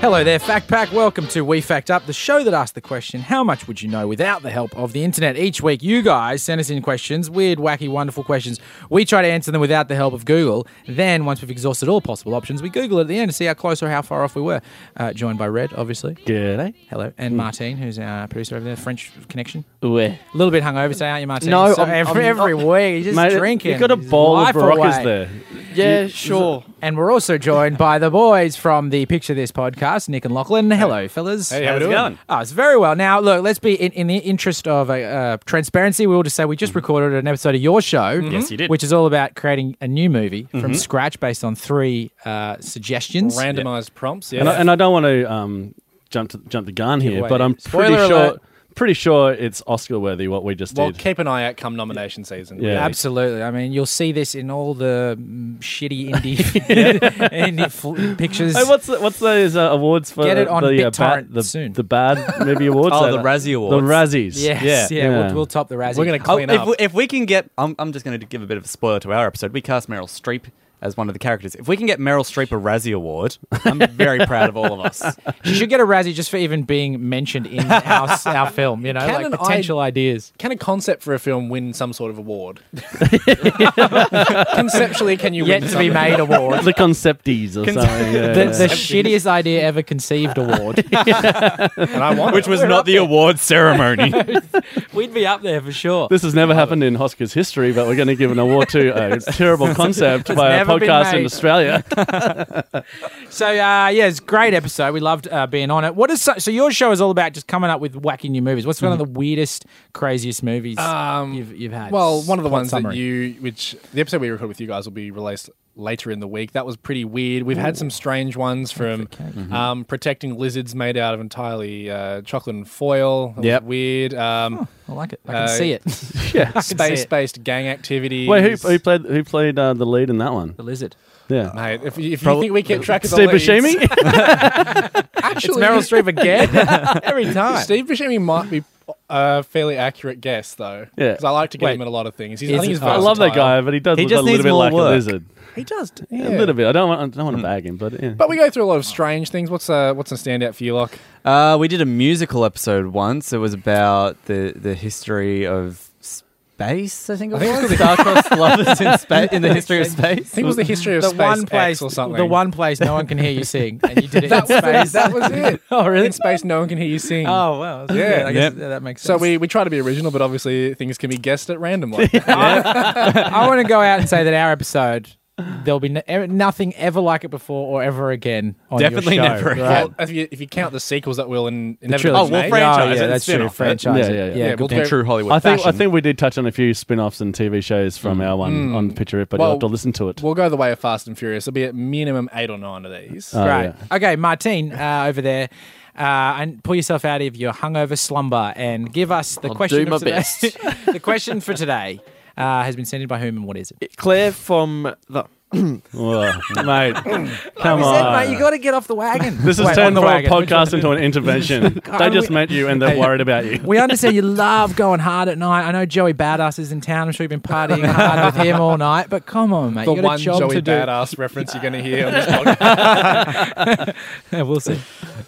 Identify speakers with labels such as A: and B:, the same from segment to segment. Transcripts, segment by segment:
A: Hello there, Fact Pack. Welcome to We Fact Up, the show that asks the question, How much would you know without the help of the internet? Each week, you guys send us in questions, weird, wacky, wonderful questions. We try to answer them without the help of Google. Then, once we've exhausted all possible options, we Google it at the end to see how close or how far off we were. Uh, joined by Red, obviously.
B: Good, eh?
A: Hello. And Martine, who's our producer over there, French connection.
B: Where?
A: A little bit hungover today, aren't you, Martine?
B: No,
A: So
B: I'm-
A: every,
B: I'm-
A: every week, you're just drinking.
B: You got a
A: His
B: bowl
A: life
B: of Barocas
A: away.
B: there.
C: Yeah, sure.
A: And we're also joined by the boys from the Picture This podcast, Nick and Lachlan. Hello, fellas.
B: Hey, how we doing?
A: Oh, it's very well. Now, look, let's be in, in the interest of uh, uh, transparency. We will just say we just recorded an episode of your show.
B: Mm-hmm.
C: Mm-hmm.
B: Yes, you did.
A: Which is all about creating a new movie from scratch based on three uh, suggestions.
C: Randomized prompts. Yeah.
B: And, I, and I don't want to um, jump to, jump the gun here,
A: away.
B: but I'm
A: Spoiler
B: pretty sure
A: alert.
B: pretty sure it's Oscar worthy what we just
C: well,
B: did.
C: keep an eye out come nomination season.
B: Yeah.
C: really.
A: Absolutely. I mean, you'll see this in all the mm, shitty indie, indie fl- pictures.
B: Hey, what's the, what's those uh, awards for
A: Get it on
B: the, uh,
A: BitTorrent
B: the,
A: soon.
B: the bad movie awards?
D: Oh,
B: Uh,
D: the Razzie
B: The
D: Awards.
B: Razzies.
A: Yes, yeah,
B: yeah,
A: We'll, we'll top the Razzie.
C: We're gonna
D: Oh,
C: clean
D: if,
C: up.
D: we, if we can get, I'm, I'm just going to give a bit of a spoiler to our episode. We cast Meryl Streep as one of the characters. If we can get Meryl Streep a Razzie Award, I'm very proud of all of us.
A: She should get a Razzie just for even being mentioned in our, our film, you know,
C: Can
A: like
C: an
A: potential ideas.
C: Can a concept for a film win some sort of award? Conceptually, can you
A: Yet
C: win
A: to be
C: something?
A: made award.
B: the conceptees or something. Yeah,
A: The,
B: yeah.
A: the shittiest idea ever conceived award.
C: And I want
D: Which
C: it.
D: was not the award ceremony.
A: We'd be up there for sure.
B: This has never happened in Oscars history, but we're going to give an award to uh, a terrible concept by a
A: never been
B: podcast
A: made.
B: in Australia.
A: So uh, yeah, it's a great episode. We loved uh, being on it. What is so, so your show is all about just coming up with wacky new movies. What's one of the weirdest, craziest movies
C: Mm-hmm. Um,
A: you've, you've had?
C: Well, one of the
A: Plot
C: ones
A: summary.
C: that you, which the episode we record with you guys will be released later in the week. That was pretty weird. We've had some strange ones from um, protecting lizards made out of entirely uh, chocolate and foil. That was
D: Yep.
C: weird. Um,
A: I like it. I can
C: uh,
A: see it.
B: yeah.
C: Space-based gang activity.
B: Wait, who, who played who played uh, the lead in that one?
A: the lizard.
B: Yeah.
C: Mate, if, you- if you
B: Prob-
C: think we keep track of the
B: Steve
C: leads-
B: Buscemi?
A: Actually, it's Meryl Streep again every time.
C: Steve Buscemi might be a fairly accurate guess, though.
B: Yeah.
C: Because I like to get
A: Wait.
C: him in a lot of things. He's,
A: Is
C: I think
A: it-
C: he's
B: I love that guy,
C: versatile.
B: but he does
D: He
B: look
D: just
B: a little
D: needs
B: bit
D: more
B: like a
D: work.
B: lizard.
C: He does.
B: A little bit. I don't want. I don't want to bag him, but yeah.
C: But we go through a lot of strange things. What's a what's a standout for you, Locke?
D: Uh, we did a musical episode once. It was about the, the history of space, I think it
C: I think it
D: was.
C: was
D: Star-crossed lovers in, spa- in the history of
C: I
D: space.
C: think it was the history of
A: the
C: space
A: one place
C: X or something.
A: The one place no one can hear you sing, and you did it in
C: That was
A: space.
C: it. That was it.
A: oh
C: In space, no one can hear you sing.
A: Oh wow.
C: Yeah.
A: Yeah, I guess,
D: Yep.
A: yeah, that makes
C: so
A: sense.
C: we, we try to be original, but obviously things can be guessed at random. Like that.
A: I want to go out and say that our episode there'll be no, e- nothing ever like it before or ever again. On your
D: Definitely
A: show.
D: never again.
A: Right?
C: Well, if, you, if you count the sequels that will in,
A: trilogy.
C: inevitably
D: Oh, we'll
C: make,
D: franchise
A: Oh,
D: it
A: yeah,
D: and
A: that's
D: spin
A: true.
D: off it.
A: Franchise.
B: Yeah,
A: it.
B: yeah, yeah.
A: Yeah,
C: Yeah,
A: good
C: we'll
D: In
A: point.
C: do-
D: true Hollywood
B: I think I
D: fashion.
B: think we did touch on a few spin-offs and TV shows from our one on Picture It, but
C: Well,
B: you'll have to listen to it.
C: We'll go the way of Fast and Furious. There'll be at minimum eight or nine of these.
B: Oh,
A: Right. Okay, Martine uh, over there. Uh, and pull yourself out of your hungover slumber and give us the
E: I'll
A: question
E: do my
A: of today.
E: best.
A: the question for today uh, has been sent in by whom and what is it?
E: Claire from the
B: Whoa, mate, come
A: We
B: on.
A: said, mate, you got to get off the wagon.
B: this has
A: Wait, on
B: turned
A: the
B: from a
A: wagon.
B: podcast into an intervention. they just met you and they're worried about you.
A: We understand you love going hard at night. I know Joey Badass is in town. I'm sure you've been partying hard with him all night. But come on, mate.
C: the
A: you got
C: one
A: a job
C: Joey
A: to
C: Badass reference you're going to hear on this podcast.
A: do. we'll see.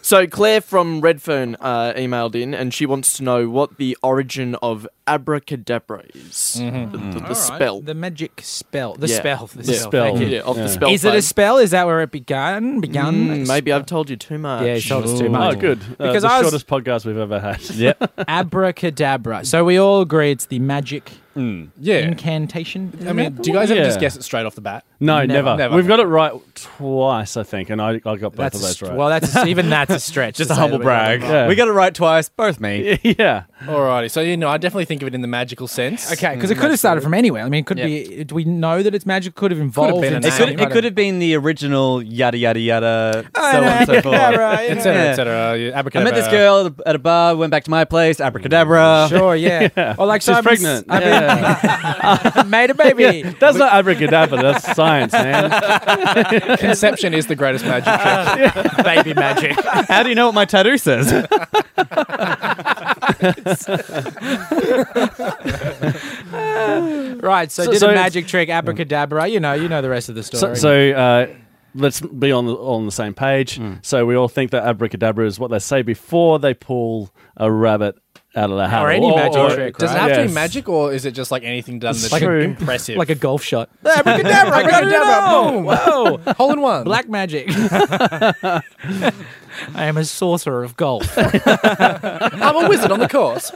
E: so Claire from Redfern uh, emailed in, and she wants to know what the origin of abracadabra is. The, the- the spell.
A: The magic spell. The
E: Yeah.
A: spell. The
E: Yeah.
A: spell.
B: Spell.
A: Thank you.
E: yeah, of
B: Yeah.
E: the spell.
A: Is it a
E: phase.
A: spell? Is that where it began? Begun?
E: Mm, maybe Mm. I've told you too much.
A: Yeah, you told us too
B: Oh,
A: much.
B: good. Uh,
A: Because
B: the
A: I was-
B: shortest podcast we've ever had.
D: Yep.
A: Abracadabra. So we all agree it's the magic
C: Yeah.
A: incantation.
C: I mean, do you guys ever just
B: Yeah.
C: guess it straight off the bat?
B: No,
A: Never.
B: never.
C: Never.
B: We've got it right twice, I think, and I, I got both
A: that's
B: of
A: a
B: those
A: st-
B: right.
A: well, that's a, even that's a stretch.
D: Just
A: to
D: a
A: say
D: humble
A: that we got
D: brag.
A: it.
B: Yeah.
D: We got it right twice, both me.
B: yeah.
C: Alrighty. So, you know, I definitely think of it in the magical sense. Mm,
A: Okay, because it could have started from anywhere. I mean, it could
E: Yeah.
A: be. Do we know that it's magic? Could have involved.
C: been
A: into
D: It
C: Nah,
D: could,
A: some
D: it
A: kind
D: could
A: of-
D: have been the original yada yada yada so
A: know,
D: on and so forth.
C: Et cetera,
D: Yeah.
C: et cetera. Yeah,
D: I met
C: abracadabra.
D: this girl at a- at a bar. Went back to my place. Abracadabra.
A: Sure, yeah. Or like
B: She's
A: Simon's-
B: pregnant.
A: I've been- made a baby.
B: That's not abracadabra. That's science, man.
C: Conception is the greatest magic trick.
A: baby magic.
D: How do you know what my tattoo says?
A: Right, so,
B: So-
A: did
B: so
A: a
B: it's-
A: magic trick, abracadabra. You know, you know the rest of the story.
B: So, so uh, let's be on the, on the same page. So we all think that abracadabra is what they say before they pull a rabbit out of the hat.
A: Or any magic
B: or-
A: trick,
C: Does it
A: right?
C: have to
B: Yes.
C: be magic, or is it just like anything done that's
B: Like a-
C: impressive?
A: like a golf shot.
C: abracadabra, I got it all.
A: Whoa!
C: hole in one.
A: Black magic. I am a sorcerer of golf.
C: I'm a wizard on the course.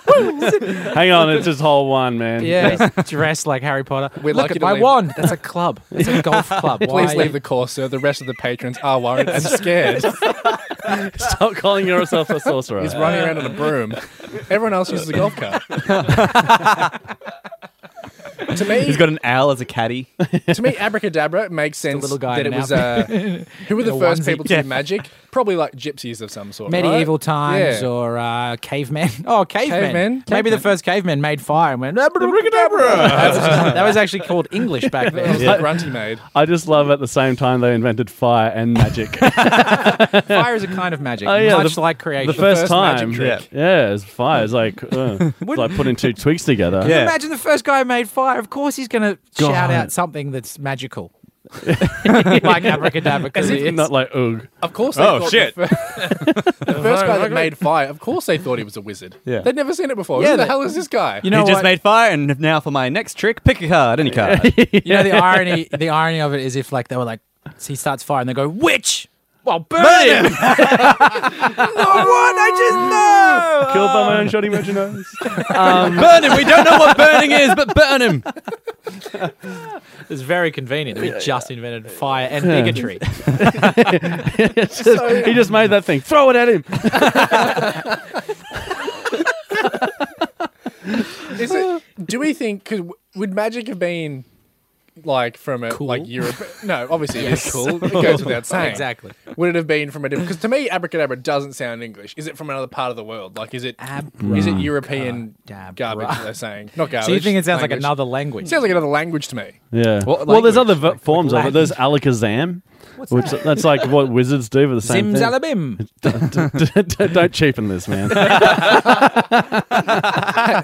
B: Hang on, it's just hole one, man.
A: Yeah, he's dressed like Harry Potter.
C: We'd
A: Look
C: like you
A: at
C: to
A: my
C: leave-
A: wand. That's a club. That's a golf club.
C: Please leave the course, sir. The rest of the patrons are worried and scared.
B: Stop calling yourself a sorcerer.
C: He's running around on a broom. Everyone else uses a golf cart. to me,
D: He's got an owl as a caddy.
C: to me, abracadabra makes sense
A: little guy
C: that it
A: in an
C: was. Uh, who were the
A: a
C: first
A: onesie.
C: people to do magic? Probably like gypsies of some sort.
A: Medieval
C: right?
A: times
C: Yeah.
A: or uh, cavemen. Oh, cavemen.
C: Cavemen?
A: Maybe the first cavemen made fire and went, "Abracadabra." That's- that was actually called English back
C: That was
A: then.
C: the grunty made.
B: I just love at the same time they invented fire and magic.
A: Fire is a kind of magic,
B: Oh, yeah,
A: much
B: the-
A: like
B: the
A: creation.
B: first,
C: first magic
B: time.
D: trick.
B: Yeah, yeah it's fire. It's like, uh, it's like putting two twigs together.
D: Yeah.
A: Imagine the first guy who made fire. Of course, he's going to shout
B: God.
A: out something that's magical, like abracadabra. 'cause he is.
B: Not like, ugh.
C: Of course. They
D: Oh,
C: thought
D: shit.
C: The, fir- the first guy that made fire. Of course, they thought he was a wizard.
D: Yeah.
C: They'd never seen it before.
A: Yeah,
C: Who the
A: they-
C: hell is this guy?
A: You know
D: he just
A: what?
D: made fire, and now for my next trick, pick a card, any card.
A: You know the irony. The irony of it is if like they were like he starts fire and they go witch. Well, burn, him. no, what? I just know.
B: Killed by my own shoddy merchandise.
D: burn him! We don't know what burning is, but burn him!
A: It's very convenient. that We just invented fire and bigotry.
B: It's just- he just made that thing. Throw it at him.
C: Is it? Do we think? Cause w- would magic have been like from a
A: Cool.
C: like Europe? No, obviously it is cool. It goes without saying.
A: exactly.
C: Would it have been from a different? Because to me, abracadabra doesn't sound English. Is it from another part of the world? Like, is it? Is it European
A: Abracadabra.
C: garbage? that They're saying not garbage.
A: So you think it sounds like
C: language.
A: another language?
C: It sounds like another language to me.
B: Yeah.
D: What
B: well, there's
D: language?
B: other v- forms of it.
A: Latin?
B: There's alakazam, which that's like what wizards do for the same thing.
A: Zimzalabim.
B: Don't cheapen this, man.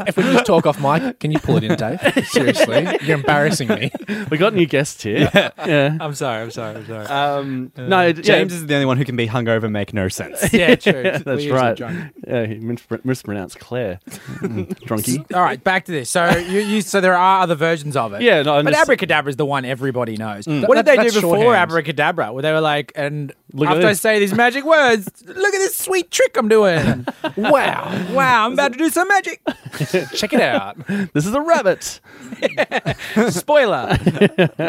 C: If we just talk off mic, can you pull it in, Dave? Seriously, you're embarrassing me.
B: we got new guests here. Yeah.
A: I'm sorry. I'm sorry. I'm sorry.
B: Um, no, it- yeah,
D: James is the only one who can be hungover and make no sense.
A: yeah, true. We're
B: That's
A: usually
B: right.
A: drunk.
B: Yeah, he mispr- mispronounced Claire. Mm, Drunky.
A: All right, back to this. So you, you so there are other versions of it.
B: Yeah, Mm. no, I'm
A: but
B: just-
A: abracadabra is the one everybody knows. What did
C: That-
A: they do
C: that's
A: before
C: shorthand.
A: abracadabra? Where they were like, and
B: Look at
A: after I
B: this.
A: say these magic words, look at this sweet trick I'm doing. wow, wow, I'm about to do some magic.
C: Check it out.
B: This is a rabbit.
A: Spoiler,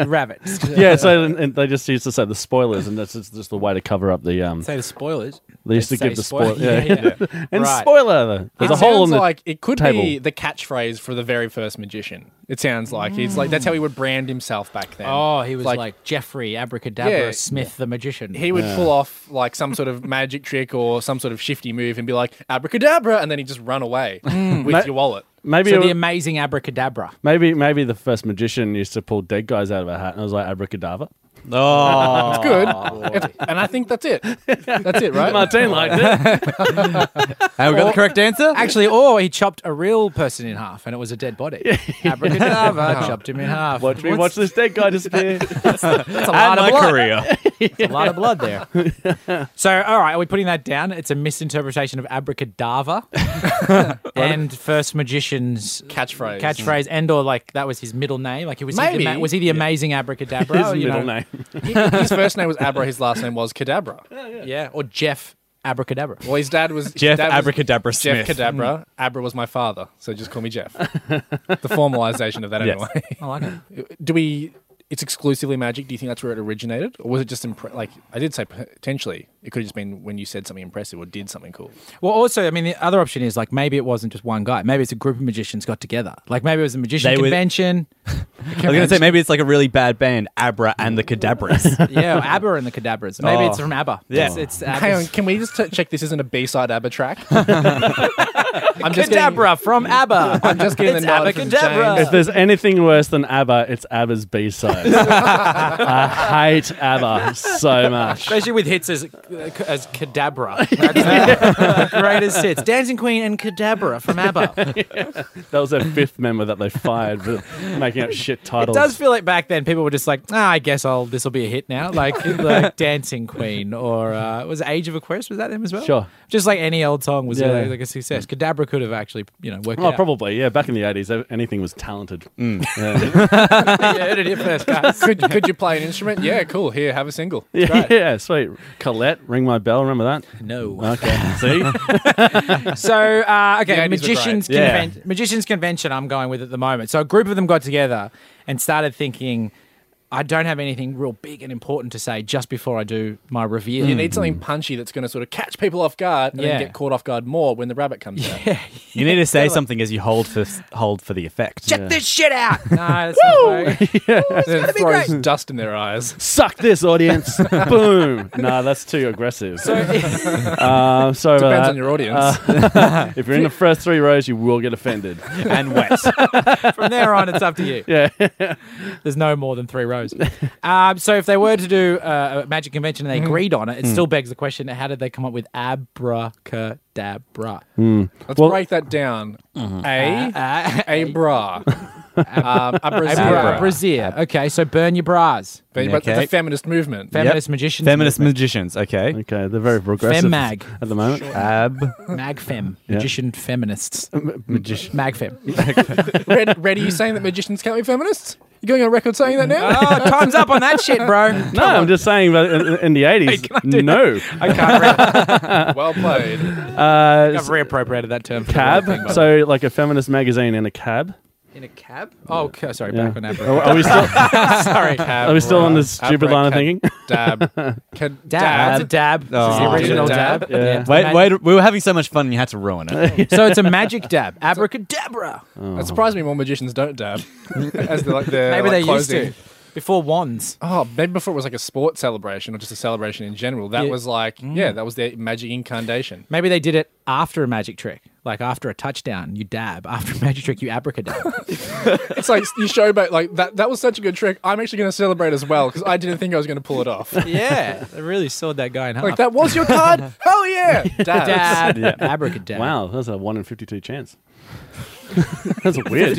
A: rabbits.
B: yeah, so and, and they just used to say the spoilers, and that's just, just the way to cover up the um.
A: Say the spoilers.
B: They used to
A: Say
B: give the spoil.
A: spoil-
B: Yeah,
A: yeah,
B: and
A: Right.
B: spoiler. There's
C: it
B: a hole in
C: sounds
B: the.
C: like it could be
B: table.
C: the catchphrase for the very first magician. It sounds like he's like that's how he would brand himself back then.
A: Oh, he was like,
C: Like-
A: Jeffrey Abracadabra
C: Yeah.
A: Smith the magician.
C: He would pull off like some sort of magic trick or some sort of shifty move and be like abracadabra, and then he'd just run away with
B: Ma-
C: your wallet.
B: maybe
A: so
B: it
A: the
B: wa-
A: amazing Abracadabra.
B: maybe maybe the first magician used to pull dead guys out of a hat, and I was like abracadabra.
D: Oh.
C: It's good, It's- and I think that's it. That's it, right?
B: Martin liked it.
D: And we got the correct answer?
A: Actually, or he chopped a real person in half, and it was a dead body. Abracadabra chopped him in half.
B: Watch me
A: What's-
B: watch this dead guy disappear.
A: That's a lot of
D: my
A: blood.
D: career.
A: That's a lot of blood there. So, all right, are we putting that down? It's a misinterpretation of abracadabra and first magician's
C: Catchphrase.
A: catchphrase, and or like that was his middle name. Like, was he
C: Maybe.
A: the, ama- was he the amazing abracadabra?
B: His
A: Oh, you
B: middle
A: know?
B: name.
C: His first name was Abra. His last name was Cadabra.
A: yeah, or Jeff abracadabra.
C: Well, his dad was
D: Jeff
C: his dad was
D: Abracadabra
C: Jeff
D: Smith.
A: Mm.
C: Cadabra. Abra was my father, so just call me Jeff. the formalization of that, anyway.
A: I like it.
C: do we it's exclusively magic do you think that's where it originated or was it just impre- like i did say potentially it could have just been when you said something impressive or did something cool
A: Well, also, I mean, the other option is like maybe it wasn't just one guy. Maybe it's a group of magicians got together. Like maybe it was a magician
D: They were-
A: convention.
D: I was going to say maybe it's like a really bad band, Abra and the Cadabras.
A: yeah, or ABBA and the Cadabras. Maybe
D: Oh.
A: it's from ABBA.
D: Yeah.
A: It's, it's
C: hang on
A: ABBA's.
C: can we just t- check this isn't a b-side abba track I'm just
A: Cadabra from ABBA.
C: Getting, I'm just getting
A: It's
C: the nod from
A: Abacadabra.
C: James.
B: If there's anything worse than ABBA, it's ABBA's B side. I hate ABBA so much.
A: Especially with hits as as Cadabra. That's the greatest hits. Dancing Queen and Cadabra from ABBA.
B: That was their fifth member that they fired for making up shit
A: It
B: titles.
A: does feel like back then people were just like, ah, I guess I'll this will be a hit now. Like, like Dancing Queen or uh, was Age of Aquarius, was that them as well?
B: Sure.
A: Just like any old song was
B: Yeah.
A: like, like a success. Cadabra could have actually, you know, worked it
B: Oh,
A: out.
B: probably. Yeah, back in the 80s, anything was talented.
A: you heard it here first, guys.
C: could, could you play an instrument? Yeah, cool. Here, have a single.
B: Yeah, yeah, sweet. Colette, ring my bell. Remember that?
A: No.
B: Okay. See,
A: So uh, okay,
C: 80s were
A: magicians
B: great. Yeah.
A: convention. Magicians convention. I'm going with at the moment. So a group of them got together and started thinking, I don't have anything real big and important to say just before I do my reveal.
C: You need something punchy that's going to sort of catch people off guard and
A: Yeah.
C: then get caught off guard more when the rabbit comes out.
D: You need to say something as you hold for hold for the effect.
A: Check this shit out. no, that's not working.
C: And then throws dust in their eyes.
B: suck this audience. Boom. Nah, that's too aggressive. So, um, sorry about
C: Depends
B: that.
C: on your audience. Uh,
B: if you're in the first three rows, you will get offended.
D: and wet.
A: From there on, it's up to you.
B: Yeah.
A: There's no more than three rows. Um, so if they were to do uh, a magic convention and they agreed on it, it still begs the question: How did they come up with abracadabra? Uh,
C: Let's
B: Well-
C: break that down.
A: Mm-hmm.
C: A, a bra. um, a
A: Abra-
C: bra.
A: Brazier. Okay, so burn your bras.
C: But but
D: Okay.
C: the feminist movement.
A: Feminist magicians.
D: Feminist magicians. Okay.
B: Okay, they're very progressive
A: Femmag.
B: at the moment.
D: Ab.
A: Magfem, magician feminists.
B: Magician.
A: Magfem.
C: Red, Red, are you saying that magicians can't be feminists? You going on record saying that now?
A: oh, time's up on that shit, bro.
B: No, I'm just saying that in, in the 80s, no.
A: I can't re-
C: well played.
B: Uh,
A: I've reappropriated that term. for everything,
B: cab.
A: but-
B: So, like a feminist magazine in a cab.
A: in a cab? Oh, okay, sorry,
B: Yeah. Oh.
A: back on
B: Are,
A: Abra.
B: are we still,
A: sorry, cab.
B: are we still on this stupid line of thinking?
C: Dab. Can,
A: Dab. It's a dab. This is the
D: Oh.
A: original dab.
B: Yeah.
D: Wait, wait. We were having so much fun, you had to ruin it.
A: So it's a magic dab. Abracadabra.
C: That surprised me more magicians don't dab. as they're like, they're
A: Oh. Maybe
C: like
A: they
C: closing.
A: used to. Before wands.
C: Oh, maybe before it was like a sports celebration or just a celebration in general. That
A: Yeah. Mm.
C: was like, yeah, that was their magic incarnation.
A: Maybe they did it after a magic trick. Like after a touchdown, you dab. After a magic trick, you abracadabra.
C: It's like you show back like that. That was such a good trick. I'm actually going to celebrate as well because I didn't think I was going to pull it off.
A: yeah. They really sawed that guy in half.
C: Like that was your card. Hell yeah! Dab.
A: dab. Abracadabra.
B: Wow, that's a 1 in 52 chance. that's weird.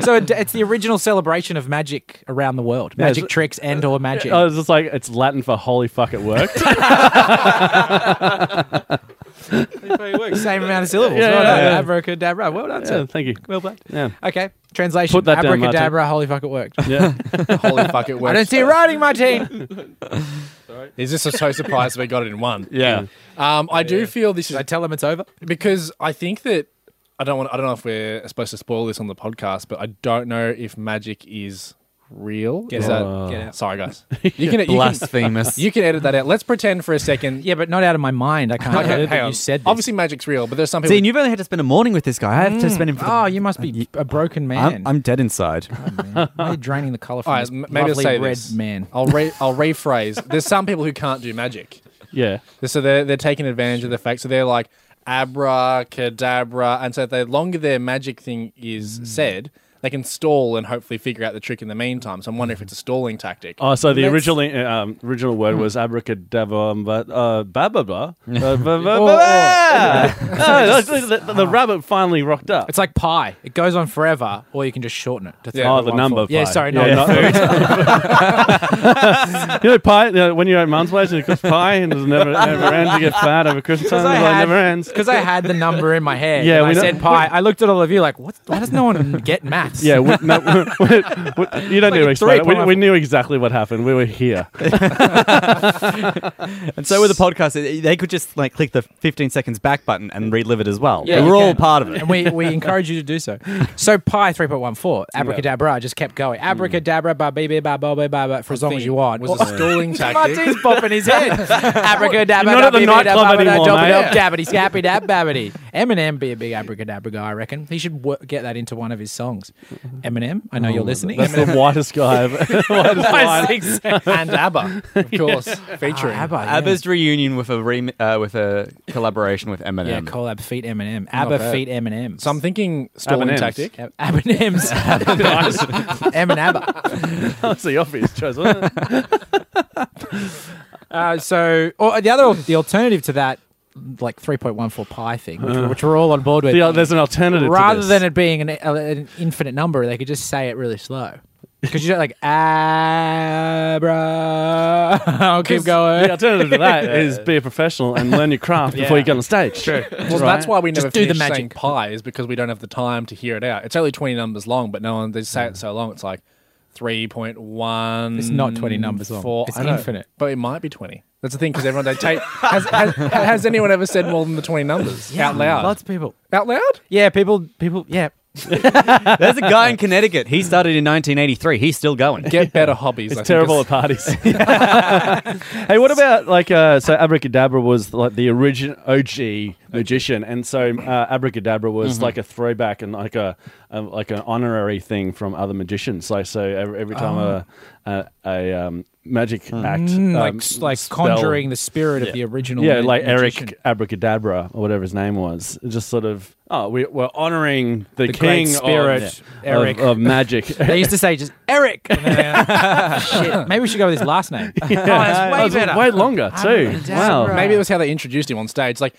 A: So it, it's the original celebration of magic around the world.
B: Yeah,
A: Magic
B: it's-
A: tricks and or magic.
B: I was just like, it's Latin for holy fuck, it worked.
A: Same amount of syllables.
B: Yeah,
A: well
B: yeah,
A: done.
B: yeah.
A: Abracadabra. Well done.
B: yeah,
A: sir.
B: thank you.
A: Well played.
B: Yeah.
A: Okay. Translation.
B: Put that down, Martin.
A: Abracadabra. holy fuck, it worked.
B: Yeah.
C: Holy fuck! It
A: I
C: worked.
A: don't see writing, Martin.
C: Is this so surprised we got it in one?
B: Yeah.
C: Um, I do feel this is
A: Should I tell them it's over?
C: because I think that I don't want. I don't know if we're supposed to spoil this on the podcast, but I don't know if magic is real. Is
A: out.
C: that-
A: Get out.
C: Sorry, guys. You can, you, can,
D: Blasphemous.
C: you can edit that out. Let's pretend for a second.
A: Yeah, but not out of my mind. I can't. I heard that you said this.
C: Obviously, magic's real, but there's some people.
D: Dean, you've only had to spend a morning with this guy. I have to spend him. For the-
A: Oh, you must be a broken man.
D: I'm, I'm dead inside.
A: Why are you draining the colour from
C: All right,
A: this
C: m- maybe I'll
A: lovely
C: say
A: red
C: this.
A: man.
C: I'll re- I'll rephrase. There's some people who can't do magic,
B: Yeah.
C: so they're they're taking advantage of the fact. So they're like abracadabra, and so the longer their magic thing
A: Mm.
C: is said, they can stall and hopefully figure out the trick in the meantime. So I'm wondering if it's a stalling tactic.
B: Oh, so the
A: Let's-
B: original um, original word
A: Hmm.
B: was abracadabra, but uh, ba ba ba. Uh, ba- ba- ba-
A: Oh, Ah.
B: ba. Oh, The the- the rabbit finally rocked up.
A: It's like pie. It goes on forever, or you can just shorten it. To three
C: Yeah.
B: Oh,
A: or
B: the
A: one
B: number.
A: four. Yeah,
B: pie.
A: sorry, no,
B: Yeah.
A: not
B: you know, pie. You know, when you're at mum's place and it cooks pie and it never never ends. You get fat over Christmas time.
A: Because I,
B: It
A: had,
B: never ends.
A: 'cause I had the number in my head.
B: Yeah,
A: Yeah,
B: we
A: I
B: know-
A: said pi. I looked at all of you like, what? Why does no one get maths?
B: Yeah, we, no, we, we, we- you don't need to
A: a
B: explain. It. We,
A: three-point-
B: we knew exactly what happened. We were here.
D: And so with the podcast, it- they could just like click the 15 seconds back button and relive it as well.
A: Yeah,
D: we're
A: you
D: all
A: can.
D: part of it.
A: and we, we encourage you to do so. So pi three point one four abracadabra I just kept going abracadabra ba ba ba ba ba ba ba for as long as you want.
C: was a stalling tactic.
A: Martin's bopping his head. Abracadabra.
B: You're not at the
A: ba- ba- ba-
B: nightclub
A: ba- ba-
B: anymore,
A: ba- ba-
B: mate.
A: Dabbity scappy dab babbity. Eminem be a big abracadabra guy. I reckon he should wo- get that into one of his songs. Eminem, I know you're listening.
B: Oh, That's
A: Eminem.
B: the whitest guy. I've- whitest line.
C: and ABBA, of course, featuring.
A: Ah, ABBA, yeah.
D: ABBA's reunion with a rem- uh, with a collaboration with Eminem.
A: yeah, collab feet Eminem, ABBA
C: bad.
A: feet Eminem.
C: So I'm thinking stalling
B: M&Ms.
C: tactic.
A: Ab- Eminem's Emin ABBA.
B: That's the obvious choice, wasn't it?
A: Uh, so or the other the alternative to that, like 3.14 pi thing, which, which we're all on board with.
B: Uh, The- uh, there's an alternative. to
A: rather
B: this.
A: than it being an, uh, an infinite number, they could just say it really slow. Because you don't like abra. I'll keep going.
B: the alternative to that is be a professional and learn your craft before you get on stage. True.
C: Well, that's why we never
A: Just do the
C: finish saying
A: magic.
C: pi is because we don't have the time to hear it out. It's only 20 numbers long, but no one they say it so long. It's like 3.1.
A: Mm. It's not 20 numbers long.
C: four-
A: It's
C: I know,
A: infinite.
C: but it might be 20. That's the thing because everyone they take has, has, has anyone ever said more than the 20 numbers out loud?
A: Lots of people.
C: out loud?
A: Yeah, people. People. Yeah.
D: There's a guy in Connecticut. He started in 1983. He's still going.
C: Get better hobbies. I
B: It's
C: think
B: terrible
C: is-
B: at parties. hey, what about like uh, so Abracadabra was like the origin OG magician, and so uh, Abracadabra was like a throwback and like a, a like an honorary thing from other magicians. Like so, every, every time a a, a um, magic act
A: like
B: um,
A: s- Mm, like
B: spell-
A: conjuring the spirit of the original.
B: Yeah,
A: ma-
B: like
A: magician.
B: Eric Abracadabra or whatever his name was. Just sort of, oh, we, we're honoring the,
A: The great
B: king of-
A: spirit,
B: of,
A: Eric. Oh,
B: of magic.
A: They used to say just Eric. And then they- Shit. Maybe we should go with his last name. Oh, that's way
B: That's
A: better.
B: Way longer too.
A: Abracadabra.
B: Wow.
A: Right.
C: Maybe it was how they introduced him on stage, like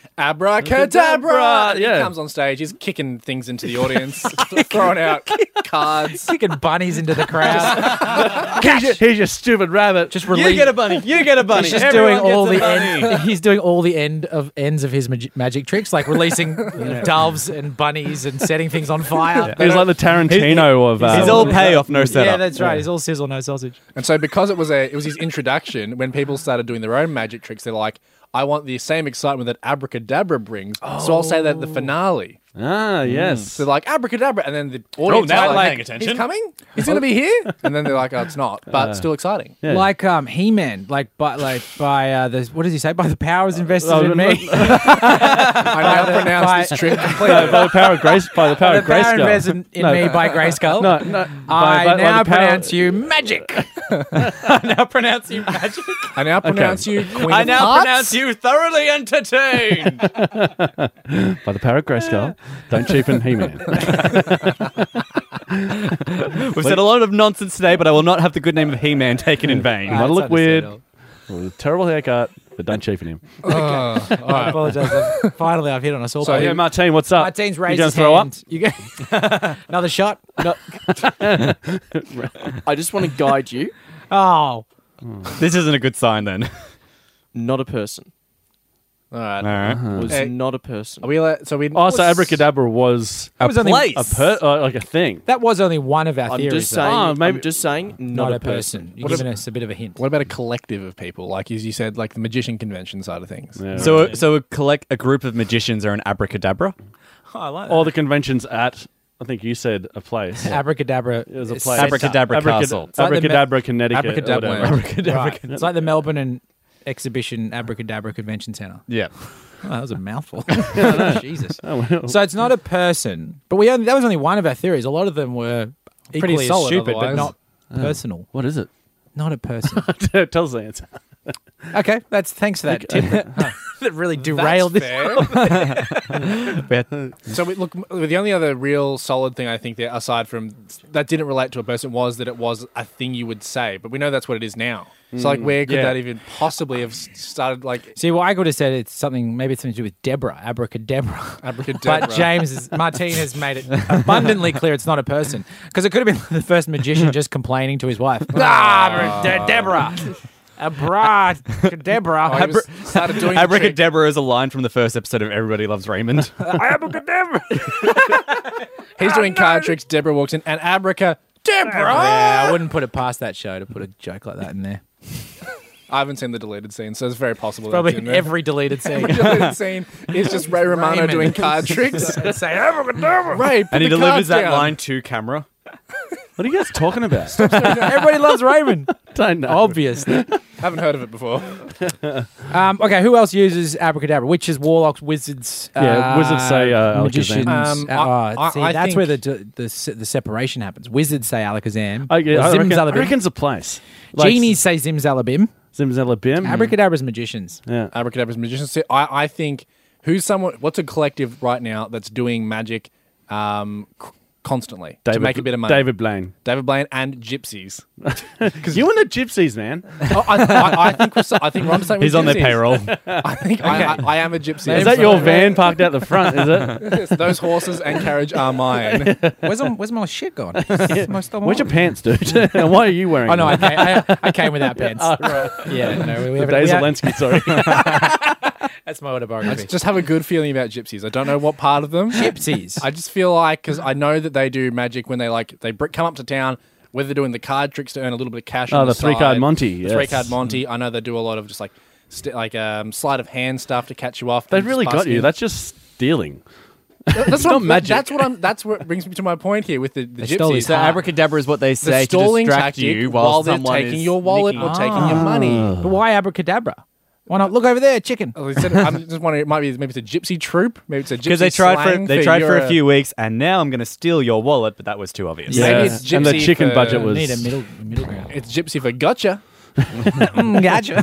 C: abracadabra.
B: Yeah.
C: He comes on stage, he's kicking things into the audience, throwing out cards.
A: Sticking bunnies into the crowd.
B: Here's your, here's your stupid rabbit.
A: Just release.
D: a bunny. You get a bunny.
A: He's just doing all the end, he's doing all the end of ends of his mag- magic tricks, like releasing doves and bunnies and setting things on fire.
B: He's like the Tarantino of. Uh,
D: He's all payoff, no
A: Yeah,
D: setup.
A: that's right. He's all sizzle, no sausage.
C: And so because it was a it was his introduction, when people started doing their own magic tricks, they're like, I want the same excitement that abracadabra brings. So I'll say that at the finale.
B: ah,
A: Mm.
B: yes.
C: So they're like abracadabra, and then the audience
F: now
C: are
F: I'm
C: Oh, like, Oh.
F: paying attention.
C: He's coming. He's going to be here. And then they're like, oh, it's not, but still exciting.
B: Yeah.
A: Like um, He Man, like by like by uh, the what does he say? By the powers invested in me.
C: I now
A: By-
C: pronounce this trick
B: No,
C: completely.
B: by the power of grace. By the power
A: the
B: of grace.
A: power invested in me by Grayskull.
B: No, no.
A: I
B: by- by the
A: now
B: power-
A: pronounce you magic. I now pronounce you magic.
C: I now pronounce you queen
D: I
C: of
D: now
C: hearts.
D: pronounce you thoroughly entertained.
B: By the power of grace, girl. Don't cheapen He-Man.
D: We've said a lot of nonsense today, but I will not have the good name of He-Man taken in vain.
B: Might look weird.
A: understandable.
B: With a terrible haircut, but don't cheapen him.
A: I apologize. I've- Finally, I've hit on a sore
B: So,
A: point.
B: yeah, Martine, what's up?
A: Martine's
B: you
A: raised
B: gonna
A: his
B: throw
A: hand. You go- Another shot. No-
E: I just want to guide you,
A: Oh,
D: This isn't a good sign then.
E: not a person.
C: All right.
D: Uh.
E: Was
C: Hey.
E: not a person.
C: Are we allowed, so we
B: up? Also, Oh, abracadabra was
A: that was only
D: place.
B: a per- uh, like a thing.
A: that was only one of our
E: I'm
A: theories.
E: just
A: though.
E: saying.
B: Oh, maybe-
E: I'm just saying. Not,
A: not, a person. You're
C: What if-
A: giving us a bit of a hint.
C: What about a collective of people? Like as you said, like the magician convention side of things.
B: Yeah.
D: So, so a collect a group of magicians are an abracadabra.
A: I like
B: all the conventions at I think you said a place.
A: Abracadabra.
B: It was a
A: is
B: place.
A: set
D: Abracadabra
B: Abracad-
D: Castle.
A: like the
B: Abracadabra, Connecticut. or
C: Abracadabra.
B: whatever.
A: up. Right. It's like the Melbourne and Exhibition Abracadabra Convention Centre.
D: Yeah.
A: Oh, that was a mouthful. Jesus.
B: Oh,
A: So it's not a person, but we only, that was only one of our theories. A lot of them were
C: Pretty
A: equally as
C: solid
A: stupid,
C: otherwise.
A: but not personal.
B: What is it?
A: Oh. Not a person.
B: Tell us the answer.
A: okay, that's thanks for that tip. that really derailed this.
C: So we, look, the only other real solid thing I think that aside from that didn't relate to a person was that it was a thing you would say, but we know that's what it is now. So like, where could
B: yeah.
C: that even possibly have s- started? Like
A: See, what I could have said it's something. Maybe it's something to do with Deborah, abracadabra.
C: abracadabra.
A: But James is, Martine has made it abundantly clear it's not a person because it could have been the first magician just complaining to his wife. Ah, De- Deborah, abracadabra,
C: Oh, he was- started doing the trick.
D: Abracadabra is a line from the first episode of Everybody Loves Raymond.
A: abracadabra.
C: He's doing card tricks. Deborah walks in, and abraca.
A: Yeah, I wouldn't put it past that show to put a joke like that in there.
C: I haven't seen the deleted scene, so it's very possible. that's
A: Probably
C: in
A: in
C: there.
A: every deleted scene.
C: deleted scene is just Ray Romano
A: Raymond.
C: doing card tricks.
A: Say, abracadabra.
C: Ray, put
D: and he
C: the
D: delivers
C: cards
D: that
C: down.
D: line to camera.
B: What are you guys talking about?
A: Everybody loves Raymond. Oh,
B: Don't know.
A: Obviously.
C: Haven't heard of it before.
A: Um, okay, who else uses abracadabra? Witches, warlocks, wizards.
B: Yeah,
A: uh,
B: wizards say, uh,
A: magicians.
C: Alakazam. Um,
A: uh,
C: I-
A: oh,
C: I-
A: see,
C: I
A: that's
C: think-
A: where the, d- the se- the separation happens. Wizards say Alakazam.
B: I, yeah,
A: Well,
B: I,
A: Zim
B: reckon, Hmm. I
A: Zalabim.
B: reckon's a place.
A: Genies say Zimzalabim.
B: Zimzalabim.
A: Abracadabra's magicians.
B: yeah.
C: Abracadabra's magicians. See, I, I think who's someone? What's a collective right now that's doing magic um, c- constantly to make a bit of money?
B: David Blaine.
C: David Blaine and gypsies.
B: You and the gypsies, man.
C: Oh, I, I, I think we're so, I think Rob's saying
D: He's
C: we're
D: on their
C: gypsies.
D: payroll.
C: I think I, I, I am a gypsy.
B: Is that your van parked out the front? Is it?
C: Yes, Those horses and carriage are mine.
A: Where's, all- where's my shit gone? My stuff-
B: Where's your pants, dude? and why are you wearing?
A: Oh no, I
B: them?
A: came, I, I came without pants. Yeah, no, we, we haven't-
B: the
A: we
B: days of
A: haven't-
B: Lenski. Sorry.
A: That's my autobiography.
C: Just have a good feeling about gypsies. I don't know what part of them.
A: Gypsies.
C: I just feel like because I know that they do magic when they like they br- come up to town. Whether they're doing the card tricks to earn a little bit of cash.
B: Oh,
C: on the,
B: the three-card
C: side,
B: Monty,
C: The three
B: yes.
C: card Monty. I know they do a lot of just like st- like um, sleight of hand stuff to catch you off.
B: They've
C: and just
B: really got
C: busking.
B: you. That's just stealing.
C: that's what I'm,
B: magic.
C: That's what I'm. That's what brings me to my point here with the, the
A: They stole
C: gypsies.
A: his
D: so
C: So
A: heart.
D: abracadabra is what they
C: the
D: say to
C: stalling
D: distract
C: tactic
D: you while,
C: while, they're
D: someone
C: taking
D: is
C: your wallet
D: nicking- Ah.
C: or taking your money.
A: But why abracadabra? Why not look over there, chicken?
C: Oh, they said- I'm just wondering. It might be maybe it's a gypsy troop. Maybe it's a gypsy
D: Because they tried for
C: slang
D: they tried for
C: you're
D: a few weeks, and now I'm going to steal your wallet, but that was too obvious.
C: Yeah. Maybe
B: Yeah.
C: it's
B: and the
C: gypsy
B: chicken
C: for-
B: budget
A: Need a
B: was.
A: middle middle ground.
C: It's gypsy for gotcha.
A: Mm, gotcha.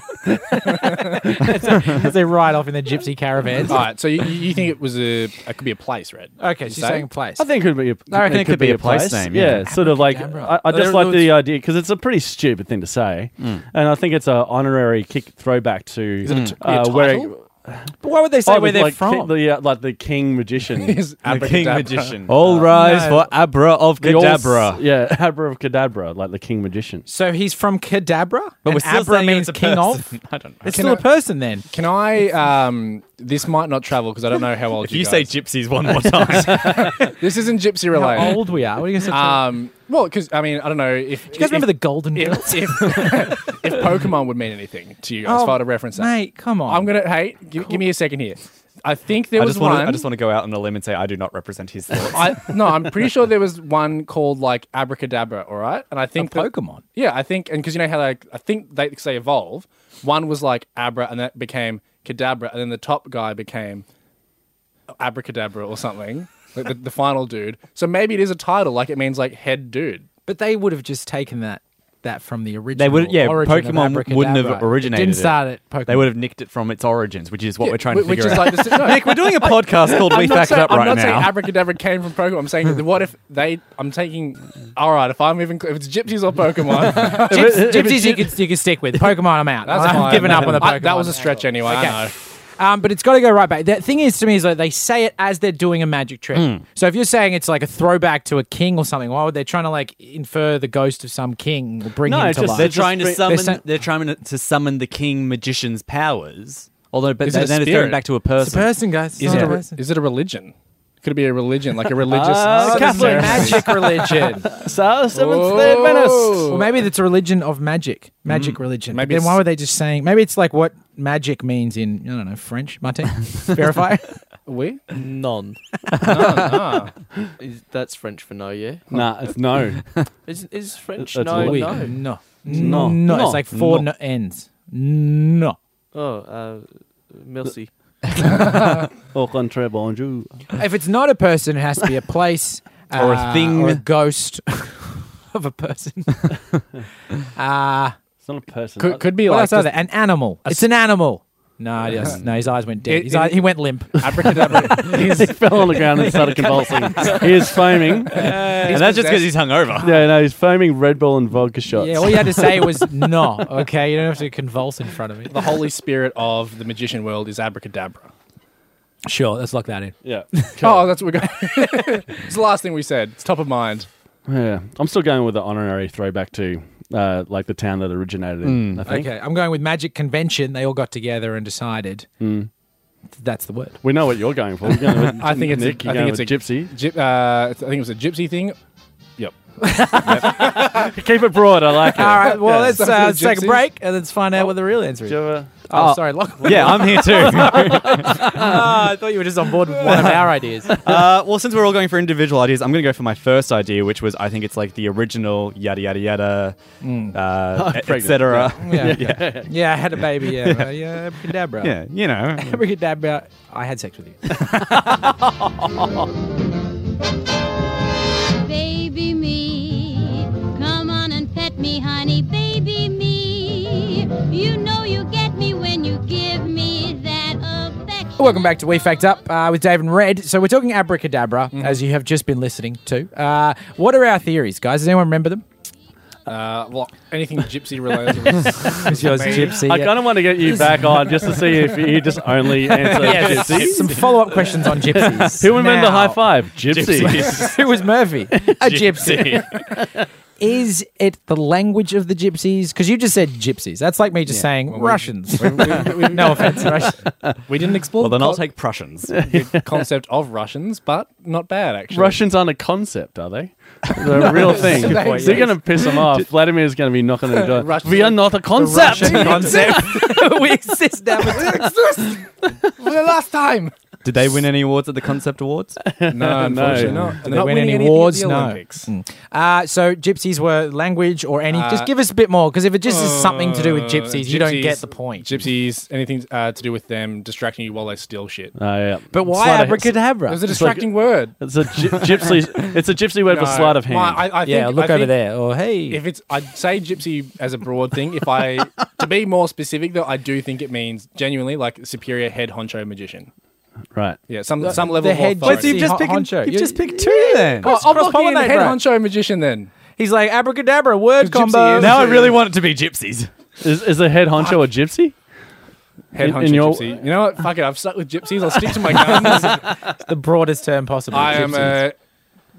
A: As they ride off in their gypsy caravans.
C: All right, so you, you think it was a it could be a place, right?
A: Okay, she's
C: Say?
A: saying place.
B: I think it could be. A,
D: I reckon it could be a place name, yeah.
B: sort of like I, I just
A: There-
B: like the
A: there's-
B: idea because it's a pretty stupid thing to say, and I think it's a honorary kick throwback to uh,
C: title?
B: where
A: but why would they say
B: oh,
A: where they're
B: like, ki-
A: from?
B: the, uh, like the king magician.
C: Is
D: The king
C: abracadabra. Oh,
D: magician. All rise
A: no.
D: for Abra of
B: The old-
D: Cadabra.
B: Yeah, Abra of Cadabra, like the king magician.
A: so he's from Kadabra?
D: But
A: and
D: we're still
A: Abra
D: saying
A: means
D: it's a
A: king
D: person.
A: of?
D: I don't know.
A: It's
C: Can
A: still a
C: I-
A: person then.
C: Can I? Um, this might not travel because I don't know how old
D: If you
C: guys
D: say
C: are.
D: gypsies one more time,
C: this isn't gypsy
A: How
C: related.
A: old we are. What are you going to
C: Um, well, because I mean, I don't know if
A: Do you guys remember the Golden Girls?
C: if, if, if Pokemon would mean anything to you guys,
A: Oh,
C: if I had to reference that.
A: Mate, come on.
C: I'm gonna. Hey, gi- give me a second here. I think there
D: I
C: was
D: just want
C: one.
D: I just want to go out on a limb and say I do not represent his thoughts.
C: I, no, I'm pretty sure there was one called like Abracadabra, all right? And I think that-
A: Pokemon?
C: yeah, I think, and because you know how like I think they 'cause they evolve. One was like Abra, and that became Cadabra, and then the top guy became Abracadabra or something. like the, the final dude. So maybe it is a title, like it means like head dude.
A: But they would have just taken that that from the original.
D: They would, yeah.
A: origin of
D: Pokemon wouldn't have
A: Abracadabra.
D: originated.
A: Didn't start
D: it.
A: at Pokemon.
D: They would have nicked it from its origins, which is what
C: Yeah,
D: we're trying to
C: whi- which
D: figure
C: is
D: out.
C: like the si- no.
D: Nick, we're doing a podcast called "We
C: I'm not
D: Fact
C: saying,
D: It Up"
C: I'm
D: right
C: not saying
D: now.
C: abracadabra came from Pokemon. I'm saying, that what if they? I'm taking. All right, if I'm even if it's gypsies or Pokemon,
A: Gyps- gypsies you could, you could stick with. Pokemon, I'm out.
C: that's
A: I'm
C: fine.
A: giving up on the Pokemon.
C: I- that was a stretch anyway.
A: Okay.
C: I know.
A: Um, but it's got to go right back. The thing is, to me, is like they say it as they're doing a magic trick. So if you're saying it's like a throwback to a king or something, why would they trying to like infer the ghost of some king or bring
B: No,
A: him
B: it's
A: to
B: just-
A: life?
D: They're
B: Just
D: trying to
B: bring-
D: summon.
A: they're sa-
D: They're trying to summon the king magician's powers. Although, but
C: Is it
D: then
C: a
D: it's going
C: spirit?
D: back to a
A: It's a
D: person.
A: person, guys. It's
C: Is
A: not
C: it,
A: a
C: a, re-
A: person.
C: is it a religion? Could it be a religion, like a religious
A: Oh,
B: Ah,
D: Uh,
C: Southern
B: Catholic
C: ceremony?
A: magic religion.
B: So seventh day
C: Whoa.
B: Adventist.
A: Well, maybe it's a religion of magic, magic religion.
C: Maybe
A: Maybe then
C: it's-
A: why were they just saying? Maybe it's like what magic means in I don't know French. Martin, verify.
C: We?
E: None.
C: Ah,
E: Is, that's French for no, yeah?
B: Nah, it's no.
E: Is, is French
B: That's
E: no?
B: Louis.
E: No.
A: no,
B: No.
A: no,
B: No.
A: It's like four no. ends. No.
E: Oh, uh, merci.
B: Au contraire, bonjour.
A: If it's not a person, it has to be a place
D: Or a
A: uh,
D: thing.
A: or a ghost of a person. uh,
B: It's not a person.
C: could, could be
A: what
C: like
A: else are
C: just
A: there? An animal. It's an animal. No, yes, no. His eyes went dead.
C: It-
A: His
C: it-
A: eye, he went limp.
C: abracadabra.
B: he fell on the ground and started convulsing. he is foaming.
D: and that's just because he's hungover.
B: Yeah, no, he's foaming Red Bull and vodka shots.
A: Yeah, all you had to say was no. Okay, you don't have to convulse in front of me.
C: the Holy Spirit of the magician world is abracadabra.
A: Sure, let's lock that in.
B: yeah.
C: Oh, that's what we got. it's the last thing we said. It's top of mind.
B: Yeah. I'm still going with the honorary throwback to uh, like the town that originated in.
C: Mm.
B: I think.
A: Okay, I'm going with magic convention. They all got together and decided
B: Hmm.
A: that's the word.
B: We know what you're going for. You're going with
C: I think it's.
B: Nick,
C: a, I
B: you're
C: think
B: going
C: it's
B: with
C: a
B: gypsy.
C: Gyp, uh, I think it was a gypsy thing. Yep.
B: Keep it broad. I like it.
A: All right, well,
B: Yeah.
A: let's, uh,
C: Something
A: let's take a
C: gypsies.
A: break and let's find out what the real answer
B: Do
A: is.
B: you ever-
A: Oh,
D: Oh.
A: sorry, Lachlan.
D: yeah, I'm here too.
A: Ah, I thought you were just on board with one of our ideas.
D: uh, well, since we're all going for individual ideas, I'm going to go for my first idea, which was I think it's like the original yada yada yada, uh, et- et
B: pregnant.
D: cetera.
A: Yeah. yeah. I had a baby. Yeah. uh, yeah. Abracadabra.
D: Yeah, you know.
A: Abracadabra. I had sex with you.
F: Baby me, come on and pet me, honey. Baby me, you know you get me when you give me that affection.
A: Welcome back to We Fact Up uh, with Dave and Red. So we're talking abracadabra, as you have just been listening to. Uh, what are our theories, guys? Does anyone remember them?
C: Uh, well, anything gypsy related. Was,
A: Yours,
C: me.
A: Gypsy.
B: I
A: yeah.
B: kind of want to get you back on just to see if you just only answer
A: Yes.
B: gypsies.
A: Some follow-up questions on gypsies.
B: Who invented
A: Now-
B: the high five? Gypsies.
A: Who was Murphy? A gypsy. Is it the language of the gypsies? Because you just said gypsies. That's like me just saying Russians. no offense, Russians.
C: we didn't explore
D: Well, then
C: the
D: I'll
C: co-
D: take Prussians.
C: the concept of Russians, but not bad actually.
B: Russians aren't a concept, are they? They're a real thing.
C: Good point,
B: They're
C: yes.
B: going to piss them off. Vladimir's going to be knocking on the door.
C: Russians-
B: we are not a concept.
A: concept. we exist now.
C: For the last time.
D: Did they win any awards at the Concept Awards?
C: No, unfortunately
B: no.
C: not. And
A: they
C: they're not
A: win
C: winning
A: any
C: anything at
A: awards?
C: the
A: No.
C: Olympics.
A: Uh, so gypsies were language or any? just
C: Uh,
A: give us a bit more because if it just is something to do with
C: Uh,
A: gypsies, you don't get
C: gypsies-
A: the point.
C: Gypsies, anything uh, to do with them distracting you while they steal shit.
B: Oh, yeah.
A: but why
B: Sleight of-
A: abracadabra?
C: It was a
B: like-
C: distracting word.
B: It's a gy- gypsy. It's a gypsy word for
C: No.
B: sleight of hand.
C: Well, I, I think,
A: yeah,
C: I
A: look over
C: think
A: there. Or hey,
C: If it's, I'd say gypsy as a broad thing. If I, to be more specific though, I do think it means genuinely like superior head honcho magician.
B: right.
C: Yeah, some some level
A: the
C: of
A: head
C: authority.
A: gypsy.
D: You've just,
A: Hon-
D: picked,
A: honcho.
D: you've
A: You-
D: just picked two then.
A: Oh,
C: I'm not
A: cross-pollinate,
C: being head
A: bro.
C: honcho magician then.
A: he's like abracadabra word
C: Gypsy
A: combo.
C: is-
D: now I really want it to be gypsies.
B: Is, is a head honcho a gypsy?
C: Head
B: In-
C: honcho
B: in your-
C: gypsy. You know what? Fuck it. I've stuck with gypsies. I'll stick to my guns.
A: the broadest term possible.
C: I am
A: Gypsies.
C: a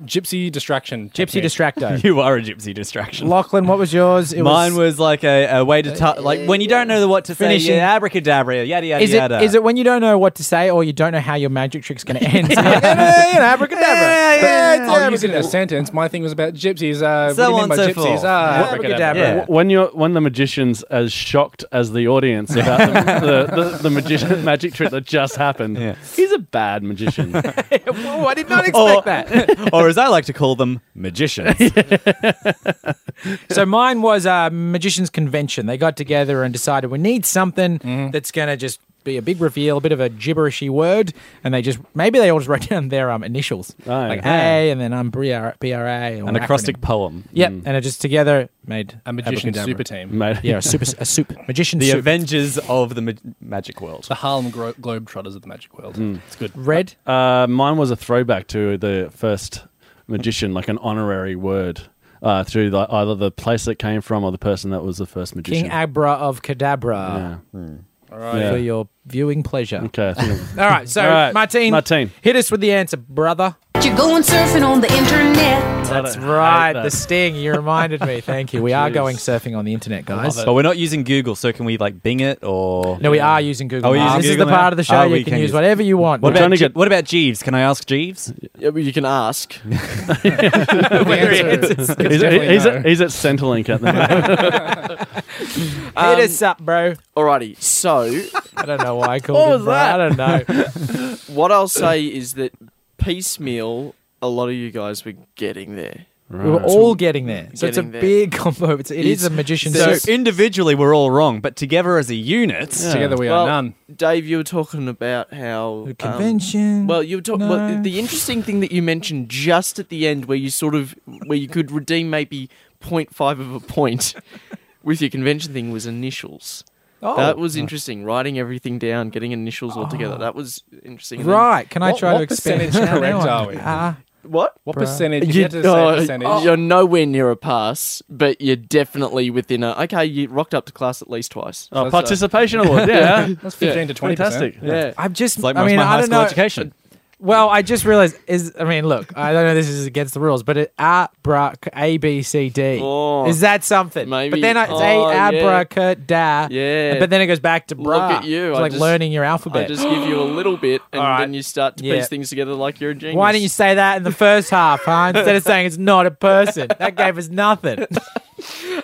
C: gypsy distraction.
A: gypsy
C: technique.
A: distracto.
D: You are a gypsy distraction.
A: Lachlan, what was yours? It
D: Mine was like a, a way to tu- like when you don't know what to finish.
A: Finishing-
D: Say, yeah, abracadabra, yada yada
A: Is it,
D: yada.
A: is it when you don't know what to say or you don't know how your magic trick's going to end? You're like, "Eh, eh, you know, abracadabra.
C: I'll use it in a sentence. My thing was about gypsies. Uh,
D: So
C: what
D: on,
C: do you
D: so
C: mean by gypsies?
D: forth.
C: Ah,
A: Abracadabra.
D: Yeah.
B: W- When you're when the magician's as shocked as the audience about the, the, the, the magician magic trick that just happened,
D: Yeah.
B: he's a bad magician.
A: Whoa, I did not expect
D: Or-
A: that.
D: or as I like to call them, magicians.
A: So mine was a magician's convention. They got together and decided we need something
B: Mm-hmm.
A: that's going to just be a big reveal, a bit of a gibberishy word, and they just maybe they all just wrote down their um, initials,
B: Oh,
A: like
B: yeah.
A: A, and then I'm BRA, BRA or
D: An acrostic poem.
B: Mm,
A: Yep, and it just together made
C: A magician
A: abracadabra.
C: super team.
B: Mate.
A: Yeah, a super, a soup magician.
D: The
A: soup.
D: Avengers of the ma- magic world.
C: The Harlem Gro- Globetrotters of the magic world.
D: Hmm.
C: It's good.
A: Red.
B: Uh, mine was a throwback to the first magician, like an honorary word. Uh, through the, either the place that came from or the person that was the first magician.
A: King Abra of Cadabra
B: yeah.
C: All right.
B: Yeah.
A: for your viewing pleasure.
B: Okay. I think
A: All right, so
B: All right,
A: Martine,
B: Martine.
A: hit us with the answer, brother.
G: You're going surfing on the internet.
A: That's
B: hate
A: right,
B: that.
A: the sting. You reminded me. Thank you. We are going surfing on the internet, guys.
D: But we're not using Google, so can we like Bing it or?
A: No, we are using Google.
D: Are we
A: Maps.
D: using
A: this
D: Google
A: is the part
D: now?
A: of the show
D: Oh,
A: you
D: we
A: can,
D: can
A: use
D: use-
A: what- whatever you want.
D: What
A: We're
D: about,
B: trying to
D: Ge-
B: get-
D: what about Jeeves? Can I ask Jeeves?
E: Yeah, but you can ask.
C: The answer is
B: he's,
C: definitely
B: he's,
C: no.
B: at, he's at Centrelink at the moment.
A: trying- Hit
E: Um,
A: us up, bro.
E: Alrighty, so
A: I don't know why I called him
E: was
A: bro.
E: that?
A: I don't know.
E: what I'll say is that piecemeal, a lot of you guys were getting there.
A: We were all getting there. So it's a
E: Getting there.
A: big combo. It's, it is a magician.
D: So
A: soup.
D: individually we're all wrong, but together as a unit,
C: Together we
E: Well,
C: are none.
E: Dave, you were talking about how um,
A: convention.
E: well, you were talking.
A: No.
E: Well, the interesting thing that you mentioned just at the end, where you sort of where you could redeem maybe 0.5 of a point with your convention thing, was initials.
A: oh,
E: That was interesting. Writing everything down, getting initials all together. That was interesting. And then-
A: right. Can I
C: What-
A: try to
C: what
A: expand?
C: percentage
A: Now, now
C: correct
A: I-
C: are we?
A: Ah,
E: What?
C: What
A: Bruh.
C: percentage? You, oh,
E: You,
C: had to say
E: no,
C: percentage.
E: you're nowhere near a pass, but you're definitely within a. Okay, you rocked up to class at least twice.
B: Oh,
E: That's a-
B: participation award. Yeah.
C: That's 15 to 20
B: Fantastic.
E: Yeah.
A: Uh, I've just.
D: it's like
A: I
D: most
A: mean,
D: of
A: I
D: my high
A: don't
D: school
A: know.
D: education.
A: Well, I just realized is I mean, look, I don't know this is against the rules, but it abrac A B C D.
E: Oh.
A: is that something?
E: Maybe.
A: But then I say
E: Oh, yeah.
A: abracada.
E: Yeah.
A: But then it goes back to bra.
E: Look at you.
A: It's
E: I
A: like
E: just-
A: learning your alphabet.
E: I just give you a little bit, and
A: All right.
E: then you start to
A: Yeah.
E: piece things together like you're a genius.
A: Why didn't you say that in the first half, huh? Instead of saying it's not a person. That gave us nothing.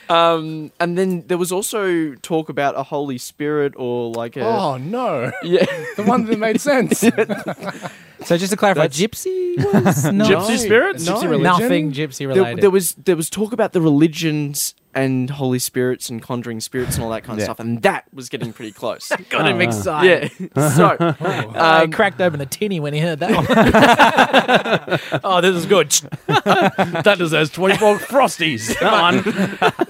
E: Um, and then there was also talk about a Holy Spirit or like a.
C: Oh no,
E: Yeah.
C: the one that made sense.
A: So just to clarify,
E: That's-
A: gypsy was no.
B: Gypsy spirits?
C: No.
B: Gypsy
C: religion?
A: Nothing gypsy
E: there,
A: related.
E: there was there was talk about the religions and holy spirits and conjuring spirits and all that kind of stuff, and that was getting pretty close.
A: got him excited.
E: Uh-huh. yeah. so
A: I
E: um,
A: cracked open the tinny when he heard that one. oh, this is good.
B: that deserves 24 Frosties. That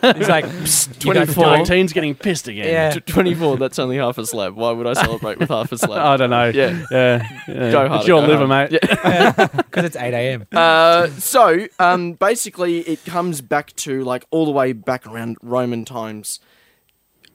B: one.
A: He's like, Psst, you guys
E: 24.
A: don't.
B: 19's getting pissed again.
A: Yeah.
E: t- twenty-four. That's only half a slab. Why would I celebrate with half a
B: I
E: slab?
B: don't know.
E: Yeah.
B: yeah. yeah.
E: Go harder,
B: It's your
E: go
B: liver,
E: harder.
B: mate.
A: Because it's 8 a.m.
E: Uh, so um, basically, it comes back to like all the way back around Roman times.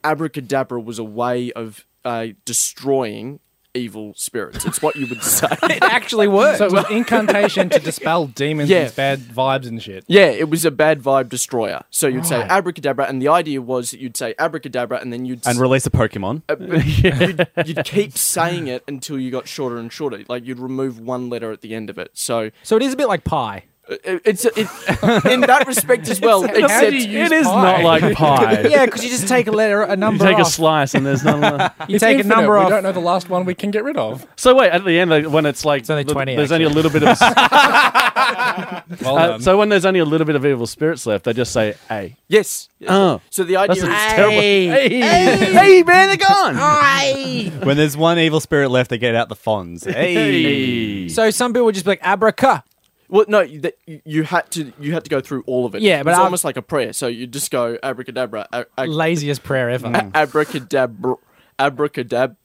E: Abracadabra was a way of uh, destroying evil spirits. It's what you would say.
A: It actually worked.
C: so it was incantation to dispel demons
E: Yeah.
C: and bad vibes and shit.
E: Yeah, it was a bad vibe destroyer. So you'd say abracadabra, and the idea was that you'd say abracadabra, and then you'd
D: And release a Pokemon.
E: uh, but you'd, you'd keep saying it until you got shorter and shorter. Like you'd remove one letter at the end of it. So
A: so it is a bit like pie.
E: uh, it's it, in that respect as well.
C: How
E: except
C: do you use
B: It is
C: pie?
B: not like pie.
A: Yeah, because you just take a letter, a
B: You
A: number
B: take a
A: off.
B: slice and there's not.
A: you
C: It's
A: take
C: infinite.
A: a number
C: we
A: off.
C: don't know the last one we can get rid of.
B: So wait, at the end like, when it's like
A: only
B: the-
A: 20,
B: there's only a little bit of
C: Well
B: uh,
C: done.
B: so when there's only a little bit of evil spirits left, they just say a.
E: yes. Um, So the
B: That's
E: idea is
B: what's terrible.
D: Hey, man, they're gone. When there's one evil spirit left, they get out the Fonz. Hey.
A: So some people would just be like, abraca.
E: well, no, that you- you had to you had to go through all of it.
A: Yeah, but
E: it's
A: I've-
E: almost like a prayer. So you just go abracadabra, a- a-
A: Laziest prayer ever.
E: Mm. abracadabra, abracadab,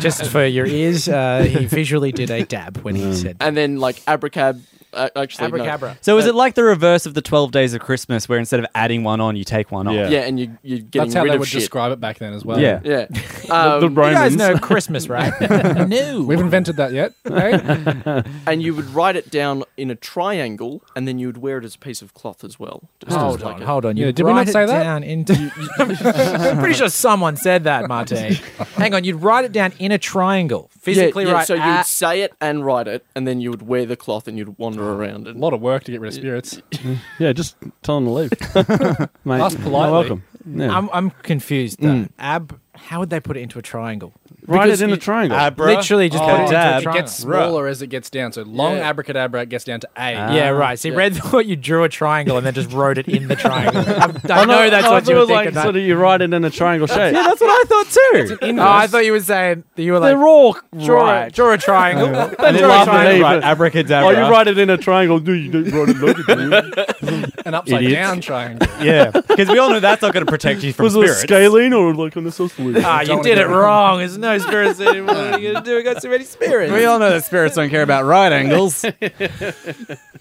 A: just for your ears, uh, he visually did a dab when he said that.
E: and then like abracab uh, actually no. Uh,
A: abracabra.
D: So is it like the reverse of the 12 days of Christmas where instead of adding one on, you take one off?
B: Yeah.
E: yeah and you you're getting
C: That's how
E: rid
C: they
E: of
C: would
E: shit
C: describe it back then as well.
D: Yeah.
E: yeah
B: the
E: um,
A: You guys
B: Romans.
A: know Christmas, right? no.
C: We've invented that yet. eh?
E: and you would write it down in a triangle and then you would wear it as a piece of cloth as well just
A: Hold
E: as
A: on,
E: like
A: Oh, hold on. You
C: Yeah, did we
A: write
C: not say
A: it
C: that?
A: down into. I'm pretty sure someone said that, Marte. Hang on, you'd write it down in a triangle,
E: a,
A: physically
E: yeah, yeah,
A: right.
E: so you'd say it and write it and then you would wear the cloth and you'd wander around
C: a
E: and
C: Oh, lot of work to get rid of spirits.
B: Yeah, just tell them to leave. Mate,
C: Ask
B: you're
C: politely.
B: welcome. Yeah.
A: I'm, I'm confused though. Ab, how would they put it into a triangle?
B: Write
E: because
B: it in
E: you-
B: a triangle.
D: Abra.
A: Literally just
D: Oh,
A: put it into a
D: dab.
C: It
A: triangle.
C: gets smaller as it gets down. So long abracadabra it gets down to A.
A: Ah, yeah, right. See, Red thought you drew a triangle and then just wrote it in the triangle. I, I know that's
B: I
A: what you
B: thought
A: were
B: it was like,
A: thinking.
B: Sort of, you write it in a triangle shape.
D: Yeah, that's what I thought too.
A: mate. oh, I thought you were saying that you were like
B: They're all
A: draw, a,
B: right.
A: draw a triangle.
B: They
A: draw a
B: laugh at
A: triangle.
B: me,
D: Right,
B: but-
D: abracadabra.
B: Oh, you write it in a triangle. No, you don't write it logically.
C: An upside
B: Idiots.
C: down triangle.
D: Yeah, because we all know that's not going to protect you from
B: Was it
D: spirits.
B: scalene or like an isosceles?
A: Ah, you
C: Don't
A: did
C: do
A: it
C: it.
A: wrong. There's no spirits anymore. What are you gonna do? We got so many spirits.
D: We all know that spirits don't care about right angles.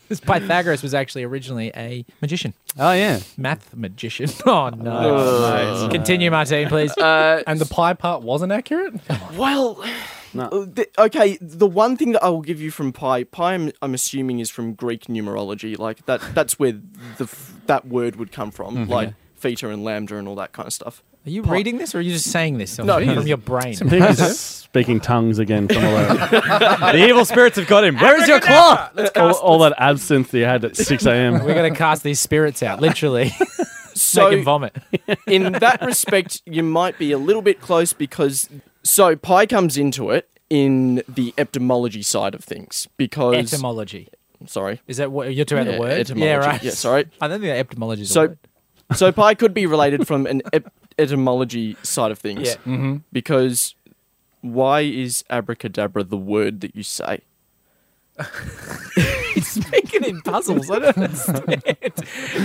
A: This Pythagoras was actually originally a magician,
D: oh yeah.
A: math magician. Oh no! Continue, Martine, please.
E: uh,
C: And the pie part wasn't accurate?
E: well uh, the- okay the one thing that i will give you from pi pi I'm, I'm assuming is from greek numerology like that that's where the f- that word would come from
C: Mm-hmm.
E: like theta and lambda and all that kind of stuff
A: Are you reading this, or are you just saying this from,
E: No, he
A: from
E: is.
A: your brain?
B: Speaking tongues again from all that,
D: The evil spirits have got him. Where's your cloth?
B: all, all that absinthe you had at 6 a.m.
A: We're gonna cast these spirits out, literally.
E: so
A: Make him vomit.
E: in that respect, you might be a little bit close because so pi comes into it in the etymology side of things because
A: Etymology.
E: sorry,
A: Is that what you're talking about?
E: Yeah,
A: the word?
E: etymology.
A: Yeah, right.
E: Yeah, sorry.
A: I don't think that etymology is a
E: so
A: word.
E: so pi could be related from an ep- etymology side of things
A: Yeah. Mm-hmm.
E: because why is abracadabra the word that you say?
A: He's speaking in puzzles. I don't understand.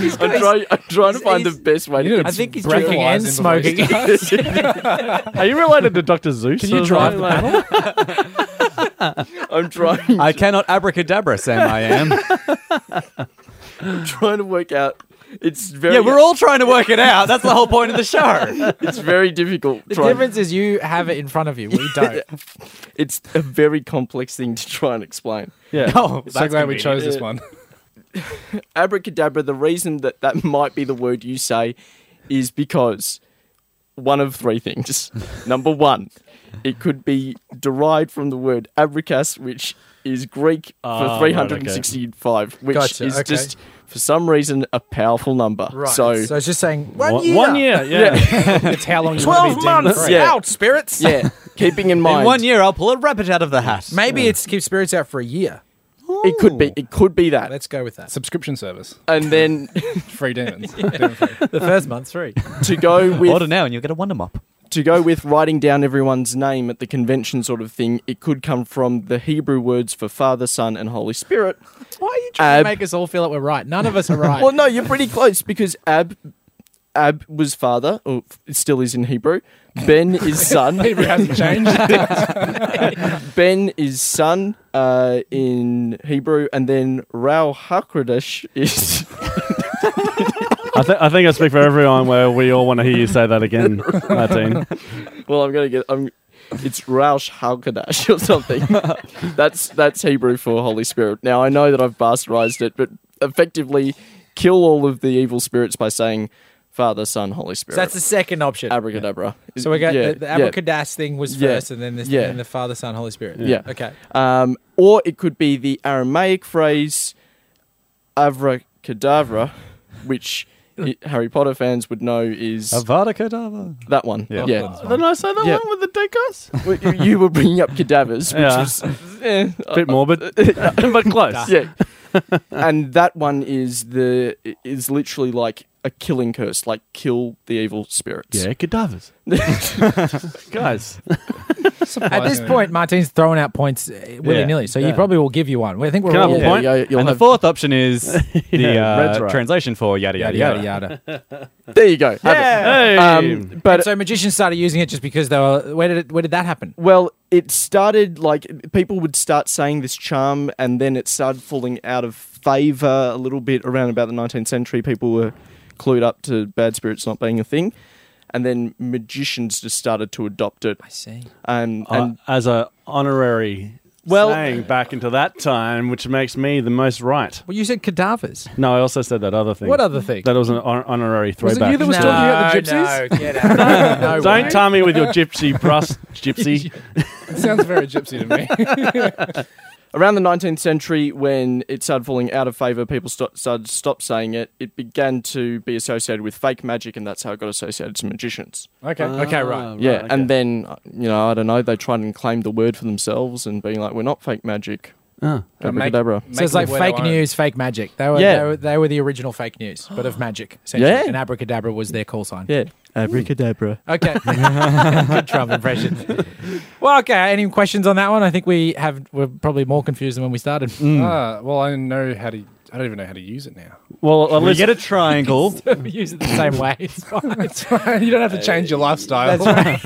A: He's
E: I'm,
A: got-
E: try- I'm trying to
A: he's-
E: find the
A: he's-
E: best way.
C: You
E: To
C: did
A: I think he's
C: Breathalyze
A: drinking and
C: him before he
A: smoking.
B: Are you related to Dr. Zeus?
C: Can you
B: or
C: drive
B: something?
C: the
B: Like-
C: panel?
E: I'm trying
D: I cannot abracadabra, Sam. I am.
E: trying to work out It's very
D: Yeah, we're all trying to work it out. That's the whole point of the show.
E: it's very difficult.
A: The
E: trying-
A: difference is you have it in front of you. We don't.
E: It's a very complex thing to try and explain.
B: Yeah.
D: Oh, that's
C: so glad we chose
D: convenient.
C: this one.
E: abracadabra, the reason that that might be the word you say is because one of three things. Number one, it could be derived from the word abracas, which is Greek
B: Ah, right,
E: for 365, which
A: Gotcha,
E: is
A: okay.
E: just, for some reason, a powerful number.
A: Right.
E: So,
A: So, it's just saying one,
B: One,
A: year.
B: one year, yeah.
C: it's how long you want to
A: Twelve
C: be
A: months
E: Yeah.
A: out, spirits.
E: yeah, keeping in mind,
D: In one year, I'll pull a rabbit out of the hat.
A: Maybe it's keep spirits out for a year.
E: it could be it could be that.
A: Let's go with that.
C: Subscription service.
E: And then
C: Free demons. Demon free.
A: the first month's free.
E: to go with
D: Order now and you'll get a Wonder Mop.
E: to go with writing down everyone's name at the convention sort of thing, it could come from the Hebrew words for Father, Son, and Holy Spirit.
A: Why are you trying
E: Ab-
A: to make us all feel like we're right? None of us are right.
E: Well, no, you're pretty close because Ab Ab was father, or f- it still is in Hebrew. Ben is son.
C: Hebrew hasn't changed.
E: ben is son uh, in Hebrew, and then Rao Hakradash is
B: I, th- I think I speak for everyone where we all want to hear you say that again, Martin.
E: well. I'm gonna get. I'm. It's Roush Hakradash or something. that's that's Hebrew for Holy Spirit. Now I know that I've bastardized it, but effectively, kill all of the evil spirits by saying Father, Son, Holy Spirit.
A: So that's the second option.
E: abracadabra.
A: so we got
E: Yeah,
A: the, the
E: yeah.
A: abracadabra thing was
E: Yeah.
A: first, and then this,
E: Yeah.
A: and the Father, Son, Holy Spirit.
E: Yeah.
A: Okay.
E: Um, or it could be the Aramaic phrase avracadabra, which i- Harry Potter fans would know is
D: Avada Kedavra.
E: that one. Yeah.
B: Didn't I say that
E: Yeah.
B: one with the decos?
E: Well, you- you were bringing up cadavers, which
B: Yeah.
E: is. eh,
B: A bit morbid, but close.
E: yeah. and that one is the is literally like a killing curse, like kill the evil spirits.
B: cadavers. Guys,
A: At this
C: Surprisingly.
A: point, Martin's throwing out points willy nilly, so he
B: Yeah.
A: probably will give you one. I think we're
B: Can I have
A: all
B: a point?
E: There you go, you'll
D: And the
E: have-
D: fourth option is the
B: Yeah,
D: uh,
B: Red's right.
D: translation for yada yada
A: yada
D: yada.
A: yada yada.
E: there you go. have
B: hey,
E: it. Um, but
A: so magicians started using it just because they were. Where did it, where did that happen?
E: Well, it started like people would start saying this charm, and then it started falling out of favor a little bit around about the 19th century. People were clued up to bad spirits not being a thing, and then magicians just started to adopt it.
A: I see.
E: And,
B: uh,
E: and
B: as a honorary
E: Well-
B: saying back into that time, which makes me the most right.
A: Well, you said cadavers.
B: No, I also said that other thing.
A: What other thing?
B: That was an hon- honorary
E: it
B: throwback.
E: you that was talking about the gypsies?
A: No, get out. No
B: Don't
A: way.
B: tie me with your gypsy brass gypsy.
C: It sounds very gypsy to me.
E: around the 19th century, when it started falling out of favor, people sto- started to stop saying it. It began to be associated with fake magic, and that's how it got associated to magicians.
C: Okay. okay, Oh, right.
E: Yeah,
B: Right, okay.
E: and then uh, you know, I don't know. They tried and claimed the word for themselves and being like, "We're not fake magic." Abracadabra.
A: So it's like
C: Make it where they
A: fake
C: want it.
A: news, fake magic. They were,
E: Yeah.
A: they were they were the original fake news, but of magic. Essentially.
E: Yeah.
A: And abracadabra was their call sign.
E: Yeah, abracadabra.
A: Okay. Good Trump impression. Well, okay. Any questions on that one? I think we have. We're probably more confused than when we started. mm.
C: Ah, well, I know how to. I don't even know how to use it now.
B: Well, at
D: We
B: least
D: get a triangle.
A: we use it the same way. It's fine.
C: It's fine. You don't have to change your lifestyle.
A: Uh, That's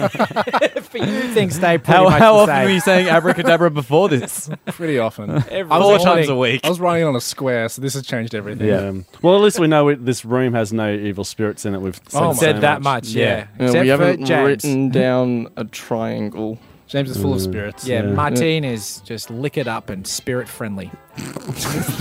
A: right. For you, things stay pretty
D: How,
A: much
D: how
A: the
D: often were
A: same.
D: you saying abracadabra before this?
C: Pretty often. I was
D: Four
C: actually-
D: times a week.
C: I was running on a square, so this has changed everything.
B: Yeah. um, well, at least we know it, this room has no evil spirits in it. We've said,
A: Oh,
B: so
A: said that much,
D: Yeah.
A: yeah.
E: Uh,
A: Except
E: we
A: for
E: haven't
A: James.
E: written down a triangle.
C: James is full of spirits.
A: Mm. Yeah, Martine is just lick it up and spirit friendly.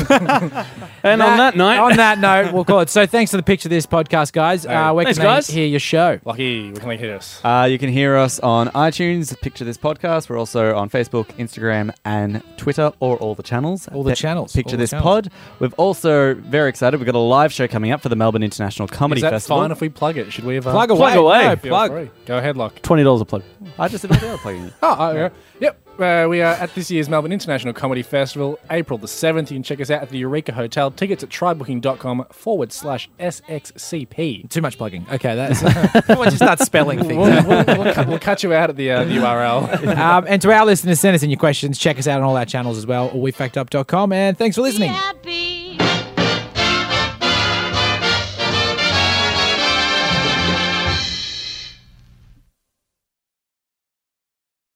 B: And on that night,
A: on that note, we'll call it. So thanks for the picture of this podcast, guys. Uh, where
B: Thanks,
A: can they
B: guys.
A: hear your show?
C: Lucky, we can like hit us.
D: Uh, you can hear us on iTunes, Picture This Podcast. We're also on Facebook, Instagram, and Twitter, or all the channels.
A: All the
D: Pe-
A: channels,
D: Picture
A: all the
D: This
A: channels.
D: Pod. We've also very excited. We've got a live show coming up for the Melbourne International Comedy
C: Is that
D: Festival.
C: fine if we plug it? Should we have uh,
A: Plug away.
B: plug away.
A: No,
C: Feel
A: plug.
C: free. Go ahead, Lock.
B: twenty dollars a plug.
D: I just did all the other plugging.
C: Oh, uh, yeah. yep. Uh, we are at this year's Melbourne International Comedy Festival, April the 7th. You can check us out at the Eureka Hotel. Tickets at trybooking.com forward slash SXCP.
A: Too much plugging. Okay, that's. Everyone just start spelling things.
C: We'll, we'll, we'll, cut, we'll cut you out at the, uh, the URL.
A: um, and to our listeners, send us in your questions. Check us out on all our channels as well, or wefactup.com. And thanks for listening.
F: Be